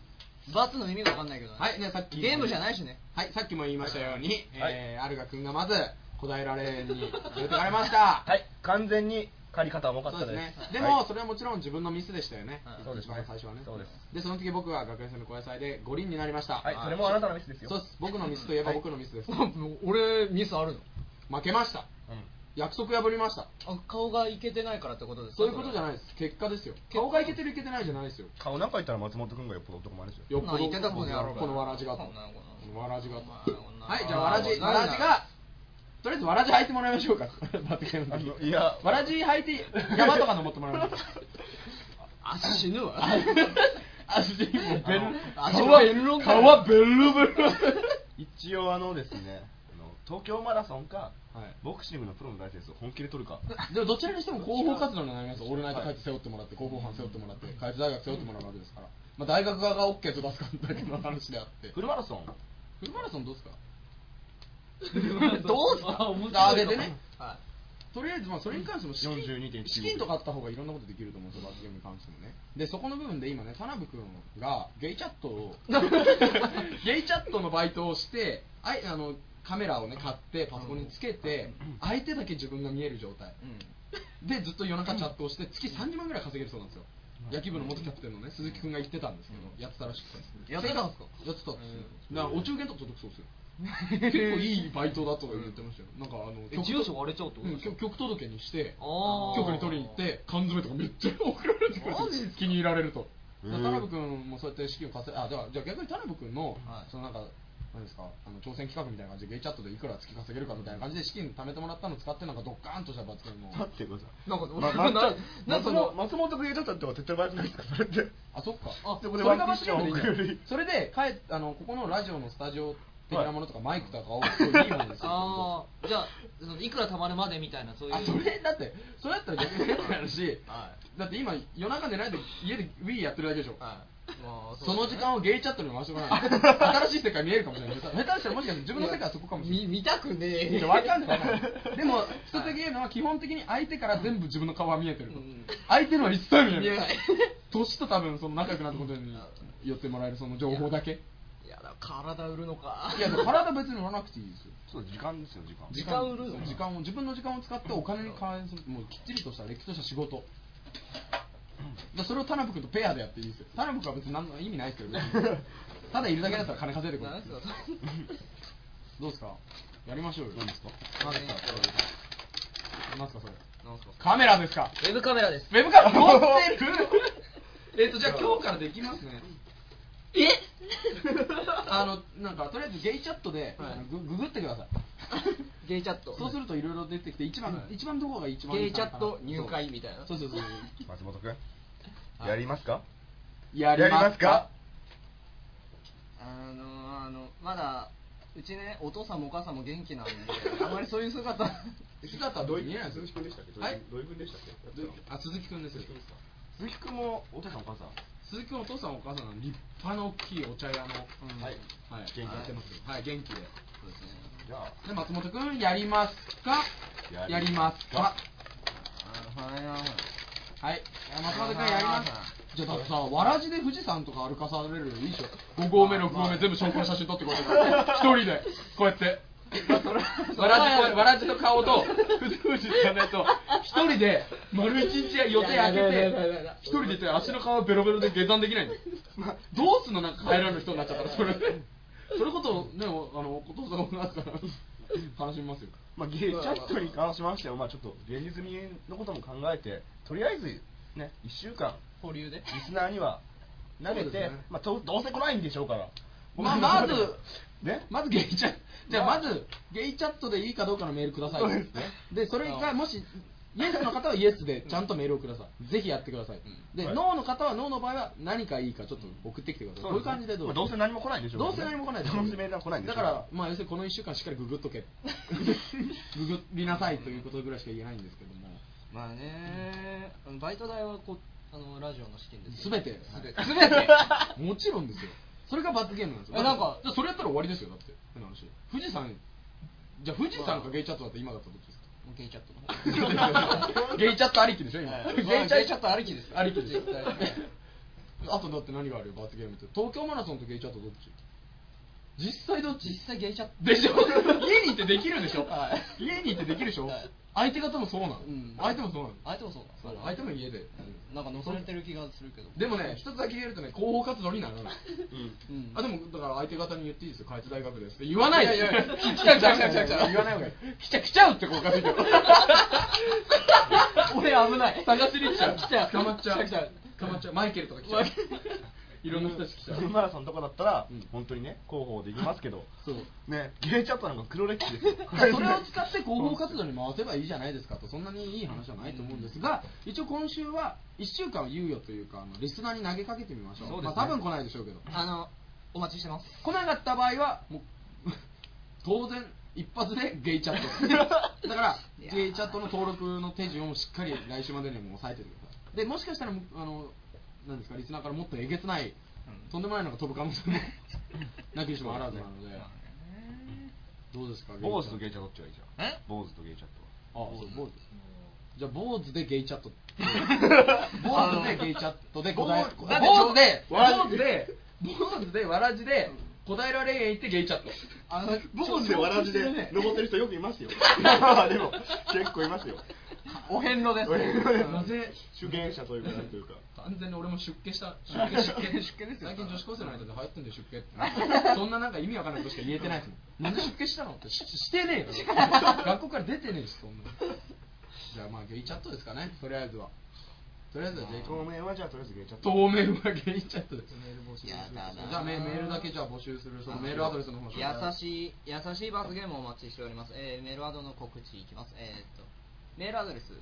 罰の意味が分かんないけどねはいねさっきゲームじゃないしねはいさっきも言いましたようにはいえーアルガ君がまず小平レーンに連れてかれましたはい完全に借り方重かっそうたですねですではもいそれはもちろん自分のミスでしたよねそうです一番最初はねそうですでその時僕は学園生の小野祭で五輪になりましたはいそれもあなたのミスですよそうです僕のミスといえば僕のミスです、 [LAUGHS] 俺ミスあるの負けましたうんい約束破りました顔がいけてないからってことですかそういうことじゃないです結果ですよ顔がいけてるいけてないじゃないですよ顔なんか言ったら松本君がよっぽど男前ですよよっぽど言ってたことやろこのわらじがそんとなこわらじがととはいじゃあわらじわらじがとりあえずわらじ履いてもらいましょうか罰ゲームの時あのいやわらじ履いて山とか登ってもらいましょう足死ぬわ足にもうベル足はベルロンだよ川ベルベル一応あのですねあの東京マラソンかはいボクシングのプロのライセンスを本気で取る [LAUGHS] かでもどちらにしても広報活動になりますよオールナイト開発背負ってもらって広報班背負ってもらって開発大学背負ってもらうわけですから、まあ、大学側が OK と出すかだけの話であってフルマラソンフルマラソンどうですかどうすかあ上げてねはとりあえずまあそれに関しても資金42.15資金とかあった方がいろんなことできると思うんですよ、罰ゲームに関してもね。で、そこの部分で今ね、田辺君がゲイチャット [LAUGHS] を、ゲイチャットのバイトをして、あいあのカメラをね、買って、パソコンにつけて、相手だけ自分が見える状態。で、ずっと夜中チャットをして、月30万ぐらい稼げるそうなんですよ。野球部の元キャプテンのね、鈴木君が言ってたんですけど、やってたらしくて。やってたんですかやってたんですよ。だから、お中元とか届く [LAUGHS] そうですよ。結構いいバイトだとか言ってましたよ。なんかあの、え住所割れちゃうってことん局局届けにしてあー局に取りに行って缶詰とかめっちゃ送られてくる気に入られるとへだーから田辺君もそうやって資金を稼いあじゃあじゃあ逆に田辺君の、はいそのなんか何ですかあの挑戦企画みたいな感じでゲイチャットでいくら月稼げるかみたいな感じで資金貯めてもらったの使ってなんかドッカーンとした罰ゲ [LAUGHS] ームをだってくださいなんかまなまななんか松その本松本君言っちゃったってことは絶対バイトないですかそれってあそっかあそそここででそワれがン罰クッゲシーョンムでいいんだよ送るそれでかえあのここのラジオのスタジオ的なものとかマイクとかをすごいいいものにする [LAUGHS] ああじゃあそのいくら貯まるまでみたいなそういうあそれだってそれだったら逆に変な話、はだって今夜中寝ないで家で Wii やってるだけでしょ、はいまあその時間をゲイチャットに回して [LAUGHS] もらわない新しい世界見えるかもしれない下手下手したらもしかして自分の世界はそこかもしれないみ見たくねえいやわかんないわかんないでも一つだけ言えるのは基本的に相手から全部自分の顔は見えてると、うん相手のは一切見えない見えない年と多分その仲良くなったことによってもらえるその情報だけいやだ体売るのかいやでも体別に乗らなくていいですよそう時間ですよ時間時間売るの時間を自分の時間を使ってお金に換えするもうきっちりとしたれっきとした仕事だそれを田辺君とペアでやっていいですよ田辺君は別に何の意味ないですけど別にただいるだけだったら金稼いでくるなんすかどうですかやりましょうよ何ですか何ですか何ですかそれなんすかカメラですかウェブカメラですウェブカメラ持ってるえっとじゃあ今日からできますね [LAUGHS] えあのなんかとりあえずゲイチャットで、あのグググってくださいゲイチャットそうするといろいろ出てきて一番、一番どこが一番ゲいイいチかャなット入会みたいなそうそう [LAUGHS] そうそう松本君やりますかやりますかあのあのまだうちねお父さんもお母さんも元気なんで [LAUGHS] あまりそういう姿 [LAUGHS] 姿はどういうないです鈴木君でしたっけはいどういう君でしたっけあ鈴木くんです鈴木君もお父さんお母さん鈴木くんお父さんお母さんの立派な大きいお茶屋の、うんはい、はい、元気でやってますよはい元気でじゃあで松本くんやりますかやりやりますかあはいなはい松本くんやりますじゃあだってさわらじで富士山とか歩かされるよりいいでしょ5合目6合目全部証拠の写真撮ってこうやって一人でこうやってわらじわらじの顔と富士山のやつを一人で丸一日予定開けて一人でいて足の皮ベロベロで下山できないんだよどうすんのなんか帰らぬ人になっちゃったらそれそれこそねおあのお父さんお母さん悲しみますよまあ、ゲイチャットに関しましては、まあ、ちょっと現実味のことも考えて、とりあえず、ね、1週間、保留 [LAUGHS] でリスナーには投げそうて、ですねまあ、とどうせ来ないんでしょうから、 [LAUGHS] まあまずね、まずゲイチャじゃあまずゲイチャットでいいかどうかのメールくださいそうですねでそれがもしイエスの方はイエスでちゃんとメールをくださいぜひやってくださいではいノーの方はノーの場合は何かいいかちょっと送ってきてくださいこういう感じでどまうあどうせ何も来ないんでしょうどうせ何も来ないどうせメールは来ないんでだしょうから、まあ、要するにこの1週間しっかりググっとけググりなさいということぐらいしか言えないんですけどもまあねあのバイト代はこあのラジオの資金です全てすべて全全ててもちろんですよそれが罰ゲームなんですよえなんかじゃあそれやったら終わりですよだって変な話富士山じゃあ富士山かゲイチャットだって今だったらどっちですかゲイチャット [LAUGHS] のゲイチャットありきでしょ今、はいゲイチゲイチャャットありきですありきです絶対 [LAUGHS] あとだって何があるよ罰ゲームって東京マラソンとゲイチャットどっち実際どっち実際ゲイチャットでしょ [LAUGHS] 家にいてできるでしょ、は家にいてできるでしょ、はい相手方もそうなの、うん相手もそうなの相手もそうそう相手も家で、なんか乗されてる気がするけどでもね、一つだけ言えるとね、広報活動にならない。うんあ、でも、だから相手方に言っていいですよ、開通大学ですって言わないでいやいやいや来ちゃう、来ちゃう、来ちゃう、来ちゃう。言わない方がいい。来ちゃう、来ちゃうってこうかついてる。俺危ない探しに来ちゃう。来ちゃう捕まっちゃう。来ちゃう捕まっちゃう。マイケルとか来ちゃうマイケ。 [LAUGHS] いろんな人たち来ちゃう。群 [LAUGHS] 馬さんとかだったら、本当にね、広報できますけど、ね、ゲイチャットなんか黒歴史です [LAUGHS] よ。それを使って広報活動に回せばいいじゃないですかと、そんなにいい話はないと思うんですが、一応今週は1週間猶予というか、あのリスナーに投げかけてみましょう。そうでますねあ多分来ないでしょうけど。あのお待ちしてます来なかった場合はもう [LAUGHS] 当然一発でゲイチャッ [LAUGHS] トだからいやーゲイチャットの登録の手順をしっかり来週までにはもう押さえててくださいでもしかしたらもあのなんですかリスナーからもっとえげつない、とんでもないのが飛ぶ可能性もなきにしもあらずなのでどうですか坊主とゲゲイイチャットどっちがいいじゃん。え坊主とゲイチャットは。あそう坊主じゃあ坊主でゲイチャット坊あの主でゲイチャットで答え坊坊主主で坊主坊主で坊主でわらじで小平霊園行ってゲイチャットあの坊主でわらじで登ってる人よくい [LAUGHS] ますよ。でも、結構いますよ。お遍路ですなぜ主権者というか、なんというか。完全に俺も出家した出出家家出家出家ですよ最近女子高生の間で流行ってんで [LAUGHS] 出家ってそんななんか意味わかんないことしか言えてないですもんなんで出家したのってしして [LAUGHS] ねえよ学校から出てねえしそんなじゃあまあゲイチャットですかねとりあえずはとりあえずはじゃあ透明はじゃあ、とりあえずゲイチャット。当面はゲイチャットですやだなじゃあメメールだけじゃあ募集するそのメールアドレスの方優しい優しい罰ゲームをお待ちしております、えー、メールアドの告知いきますえー、っとメールアドレス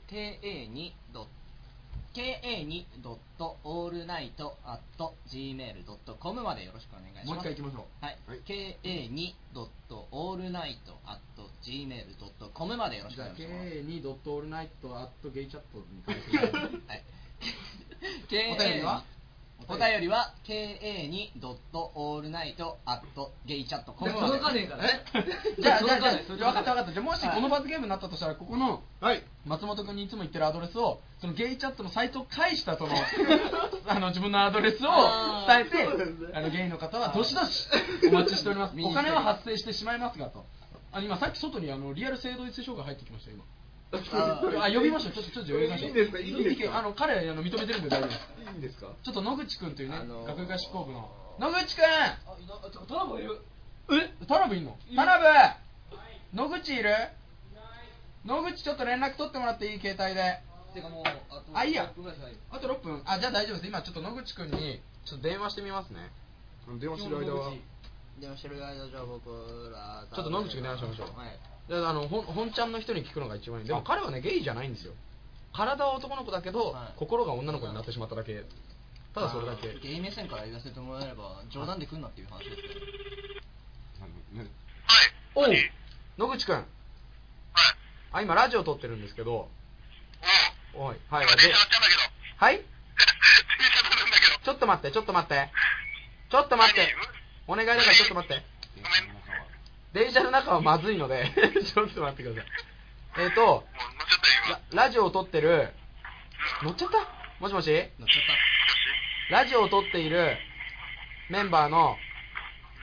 ka2.ka2.allnight.gmail.com までよろしくお願いしますもう一回行きましょうはいはい ka2.allnight.gmail.com までよろしくじおゃあ願いします k2.allnight.gaychat に返してくださ [LAUGHS] いはお便りいはお便りは ka2.allnight.gaychat.com まで届かねえから [LAUGHS] じゃあ、じゃあ、じゃあ、分かった分かった。じゃあ、もしこの罰ゲームになったとしたら、ここの、はい。松本君にいつも言ってるアドレスを、そのゲイチャットのサイトを介し [LAUGHS] た、その、あの、自分のアドレスを伝えあーそうですね、てあの、ゲイの方は、どしどしお待ちして [LAUGHS] おります。見にお行きたい金は発生してしまいますが、と。あの今、さっき外に、あの、リアル性同一性障害入ってきました、今。あ、呼びましょう。ちょっと、ちょっと呼びましょう。いいんですかいいんですかあの、彼、あの、認めてるんで大丈夫です。いいんですかちょっと野口君というね、あのー学芸会執行部の。野口君え田辺いんの田辺野口いる野口ちょっと連絡取ってもらっていい携帯でてかもうああいいや6分ぐらしかないよあと6分あじゃあ大丈夫です今ちょっと野口君にちょっと電話してみますね電話してる間は。でも知る間じゃあ僕らちょっと野口君電話しましょうはいであのほん本ちゃんの人に聞くのが一番いいでも彼はねゲイじゃないんですよ体は男の子だけど、はい心が女の子になってしまっただけただそれだけゲイ目線から言わせてもらえれば冗談で来んなっていう話ですけどおう野口君あ今ラジオ撮ってるんですけどおいはいで [LAUGHS] はいちょっと待ってちょっと待ってちょっと待ってお願いだからちょっと待って電車の中はまずいので [LAUGHS] ちょっと待ってくださいえっ、ー、とララジオを撮ってる乗っちゃったもしもし乗っちゃったラジオを撮っているメンバーの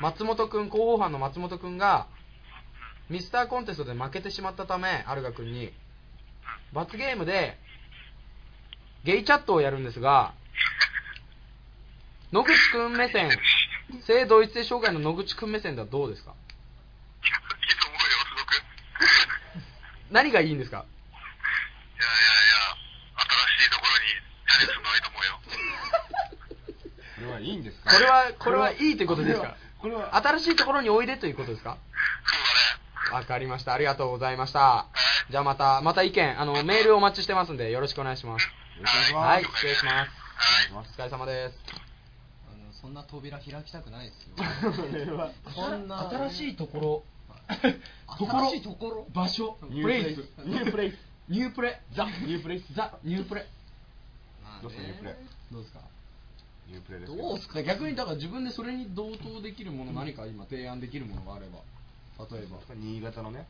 松本くん、広報班の松本くんが、ミスターコンテストで負けてしまったため、アルガくんに、罰ゲームで、ゲイチャットをやるんですが、野口くん目 [LAUGHS] 線、性同一性障害の野口くん目線ではどうですか何がいいんですかこれはいいんですかこれは、これはいいということですかこれは、新しいところにおいでということですかわかりました。ありがとうございました。じゃあまた、また意見、あの、メールお待ちしてますんで、よろしくお願いします。はい、失礼します。お疲れ様です。あのそんな扉開きたくないですよこれは、そんな新しいところ、ところ新しいところ場所、ニューププレレイイスス、。ニュープレイス。ニュープレ、ザ・ニュープレイス。ザ・ニュープレ。まあねどうするニュー [LAUGHS] プレイ。どうですかニュープレイですよ。どうすか逆にだから自分でそれに同等できるもの何か今提案できるものがあれば例えば新潟のね、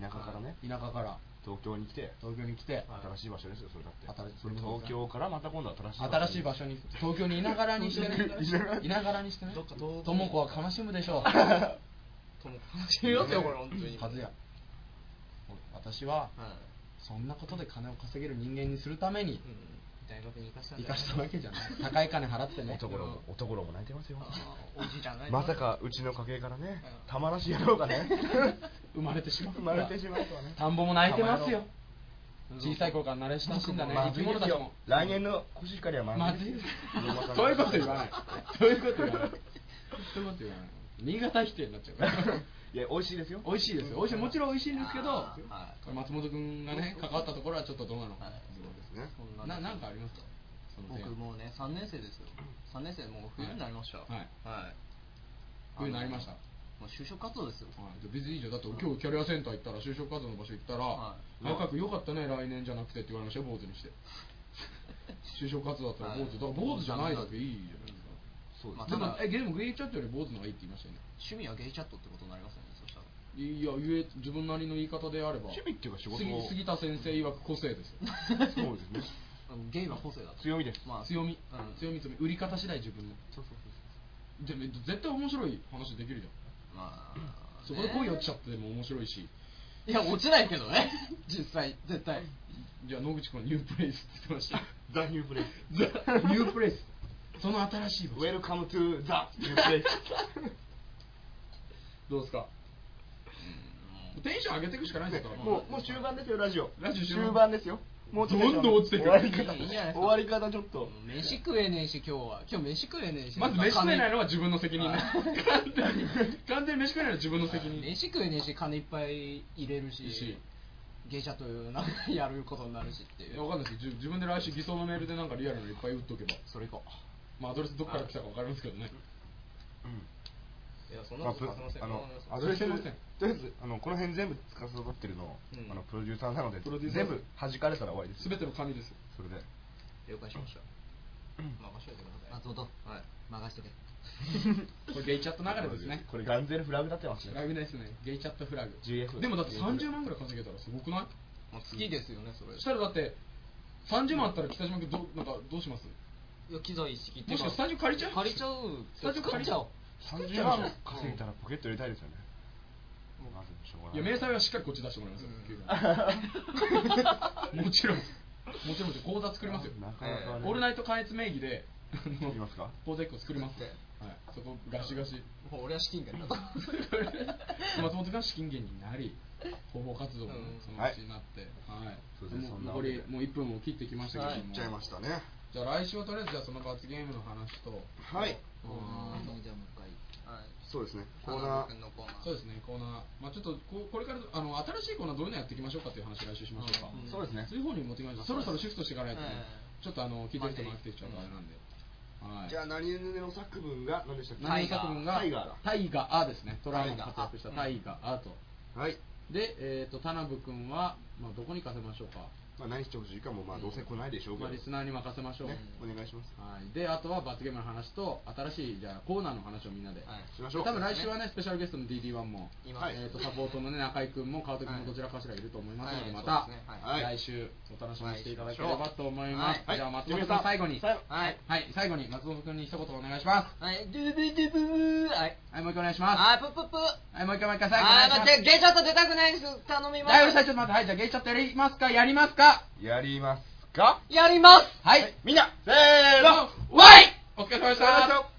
田舎からね、田舎から東京に来て、東京に来て新しい場所ですよ、それだって。新しいそれ東京からまた今度は新しい新しい場所に東京にいながらにしてね [LAUGHS] いながらにしてねどっか遠く智子はかましむでしょう [LAUGHS] とも話してますよこれ本当にはずや私ははいそんなことで金を稼げる人間にするために大学に行かしたん生だよかしたわけじゃない高い金払ってね男も男も泣いてますよおじいちゃんがまさかうちの家系からね玉らし野郎がね生まれてしまう生まれてしまうとはね田んぼも泣いてますよ小さい頃から慣れ親しんだねま生ずきいで物たすちよも来年のコシヒカリはままずずいいでですすそういうこと言わないそういうこと言わないそういうこと言わない新潟否定になっちゃうからいや美味しいですよ美味しいですよ美味しいもちろん美味しいんですけど、あーは松本君がね関わったところはちょっとどうなのか、すねそんななんかありますかその点僕もうね3年生ですよ3年生もう冬になりましたはいはい冬になりましたあのもう就職活動ですよはいじゃあ別にいいじゃんだって今日キャリアセンター行ったら就職活動の場所行ったらは「若くよかったね来年じゃなくて」って言われましたよ坊主にして [LAUGHS] 就職活動だったら坊主だから坊主じゃないだけいいじゃないですかそうですでねもえでもゲイチャットより坊主の方がいいって言いましたよね趣味はゲイチャットってことになりますよねそしたらいや言え自分なりの言い方であれば趣味っていうか仕事杉杉田先生曰く個性ですよそうですねうんゲイは個性だと強みですまあ強み、うん強み強み売り方次第自分のそうそうそうでも絶対面白い話できるじゃんそそうまあこでね恋落ちちゃってでも面白いしいや落ちないけどね [LAUGHS] 実際絶対じゃあ野口君ニュープレイスって言ってましたザ・ニュープレイスザ・ [LAUGHS] ニュープレイスその新しい場ウ所ェルカム・トゥ・ザ・ニュープレイスどうですかテンション上げていくしかないんですよもうもう終盤ですよラジオラジオ終盤終盤ですよもうちょっとどんどん落ちてく終わり方いいじゃないですか終わり方ちょっと飯食えねえし今日は今日飯食えねえしまず飯食えないのは自分の責任ねあ完全に完全に飯食えないのは自分の責任飯食えねえし金いっぱい入れるしし芸者というなんかやることになるしっていいやわうかんないですよ自自分で来週偽装のメールでなんかリアルのいっぱい打っとけばそれかまあアドレスどっから来たかわかりますけどねいやそんまあ、プあのアドレスとすいりませんあえずあのこの辺全部司ってるのを、うんあのプロデューサーなのでプロデューサ全ー部弾かれたら終わりです全ての紙ですそれで了解しました任しといてください松本はい任しとけこれゲイチャット流れですねこれ完全にフラグ立ってますラねグですねゲイチャットフラグ GF でもだって30万ぐらい稼げたらすごくないもう月ですよねそれそしたらだって30万あったら北島君どなんかどうしますいや機材一式ってもしかしてスタジオ借りちゃう借りちゃうスタジオ借りちゃおう30万稼げたらポケット入れたいですよね、まあでもしょうがないいや明細はしっかりこっち出してもらいますよ、 [LAUGHS] もちろんもちろんもちろん口座作りますよなかなかねオールナイト関越名義であのいきますか口座1個作ります、はい、そこガシガシもう俺は資金源だと松本が資金源になり広報活動もねうんそのうちになって、はいそうですねもそうんな残わけでりもう1分も切ってきましたけども、切っちゃいましたねじゃあ来週はとりあえずじゃあその罰ゲームの話とはいうんじゃあもう一回はいそうですねコーナー花田君のコーナーそうですねコーナー、まあ、ちょっとここれからあの新しいコーナーどういうのやっていきましょうかという話を来週しましょうか、うんそうですねそういう方に持ってきましょうそろそろシフトしていかないとね、ええちょっとあの聞いてる人も飽きてきちゃうからあれなんで、はい、じゃあ何々の作文が何でしたっけ何作文がタイガーだタイガーですねトライが活躍したタタイイガーと、はい、で、えー、と田辺君は、まあ、どこに貸せましょうか、まあ、何してほしいかもまあどうせ来ないでしょうけまど、あ、リスナーに任せましょう、ね、お願いしますはい、であとは罰ゲームの話と新しいじゃあコーナーの話をみんなで、しましょう多分来週はねスペシャルゲストの DD1 も、いますえー、とサポートのね中居君も川戸君もどちらかしらいると思いますので、はいまた、そうですねはいはい来週お楽しみにしていただければと思います、はいじゃあ松本さん最後に最後はいはい最後に松本君に一言お願いしまはいドゥブドゥブーはいすはいもう一回お願いしますはいプップップはいもう一回もう一回最後お願はいいし待まってゲイチャット出たくないです頼みすます大丈夫ですちょっと待ってはいじゃあゲイチャットやりますかやりますかやりますかやりますはいみんなせーのワイお疲れ様でした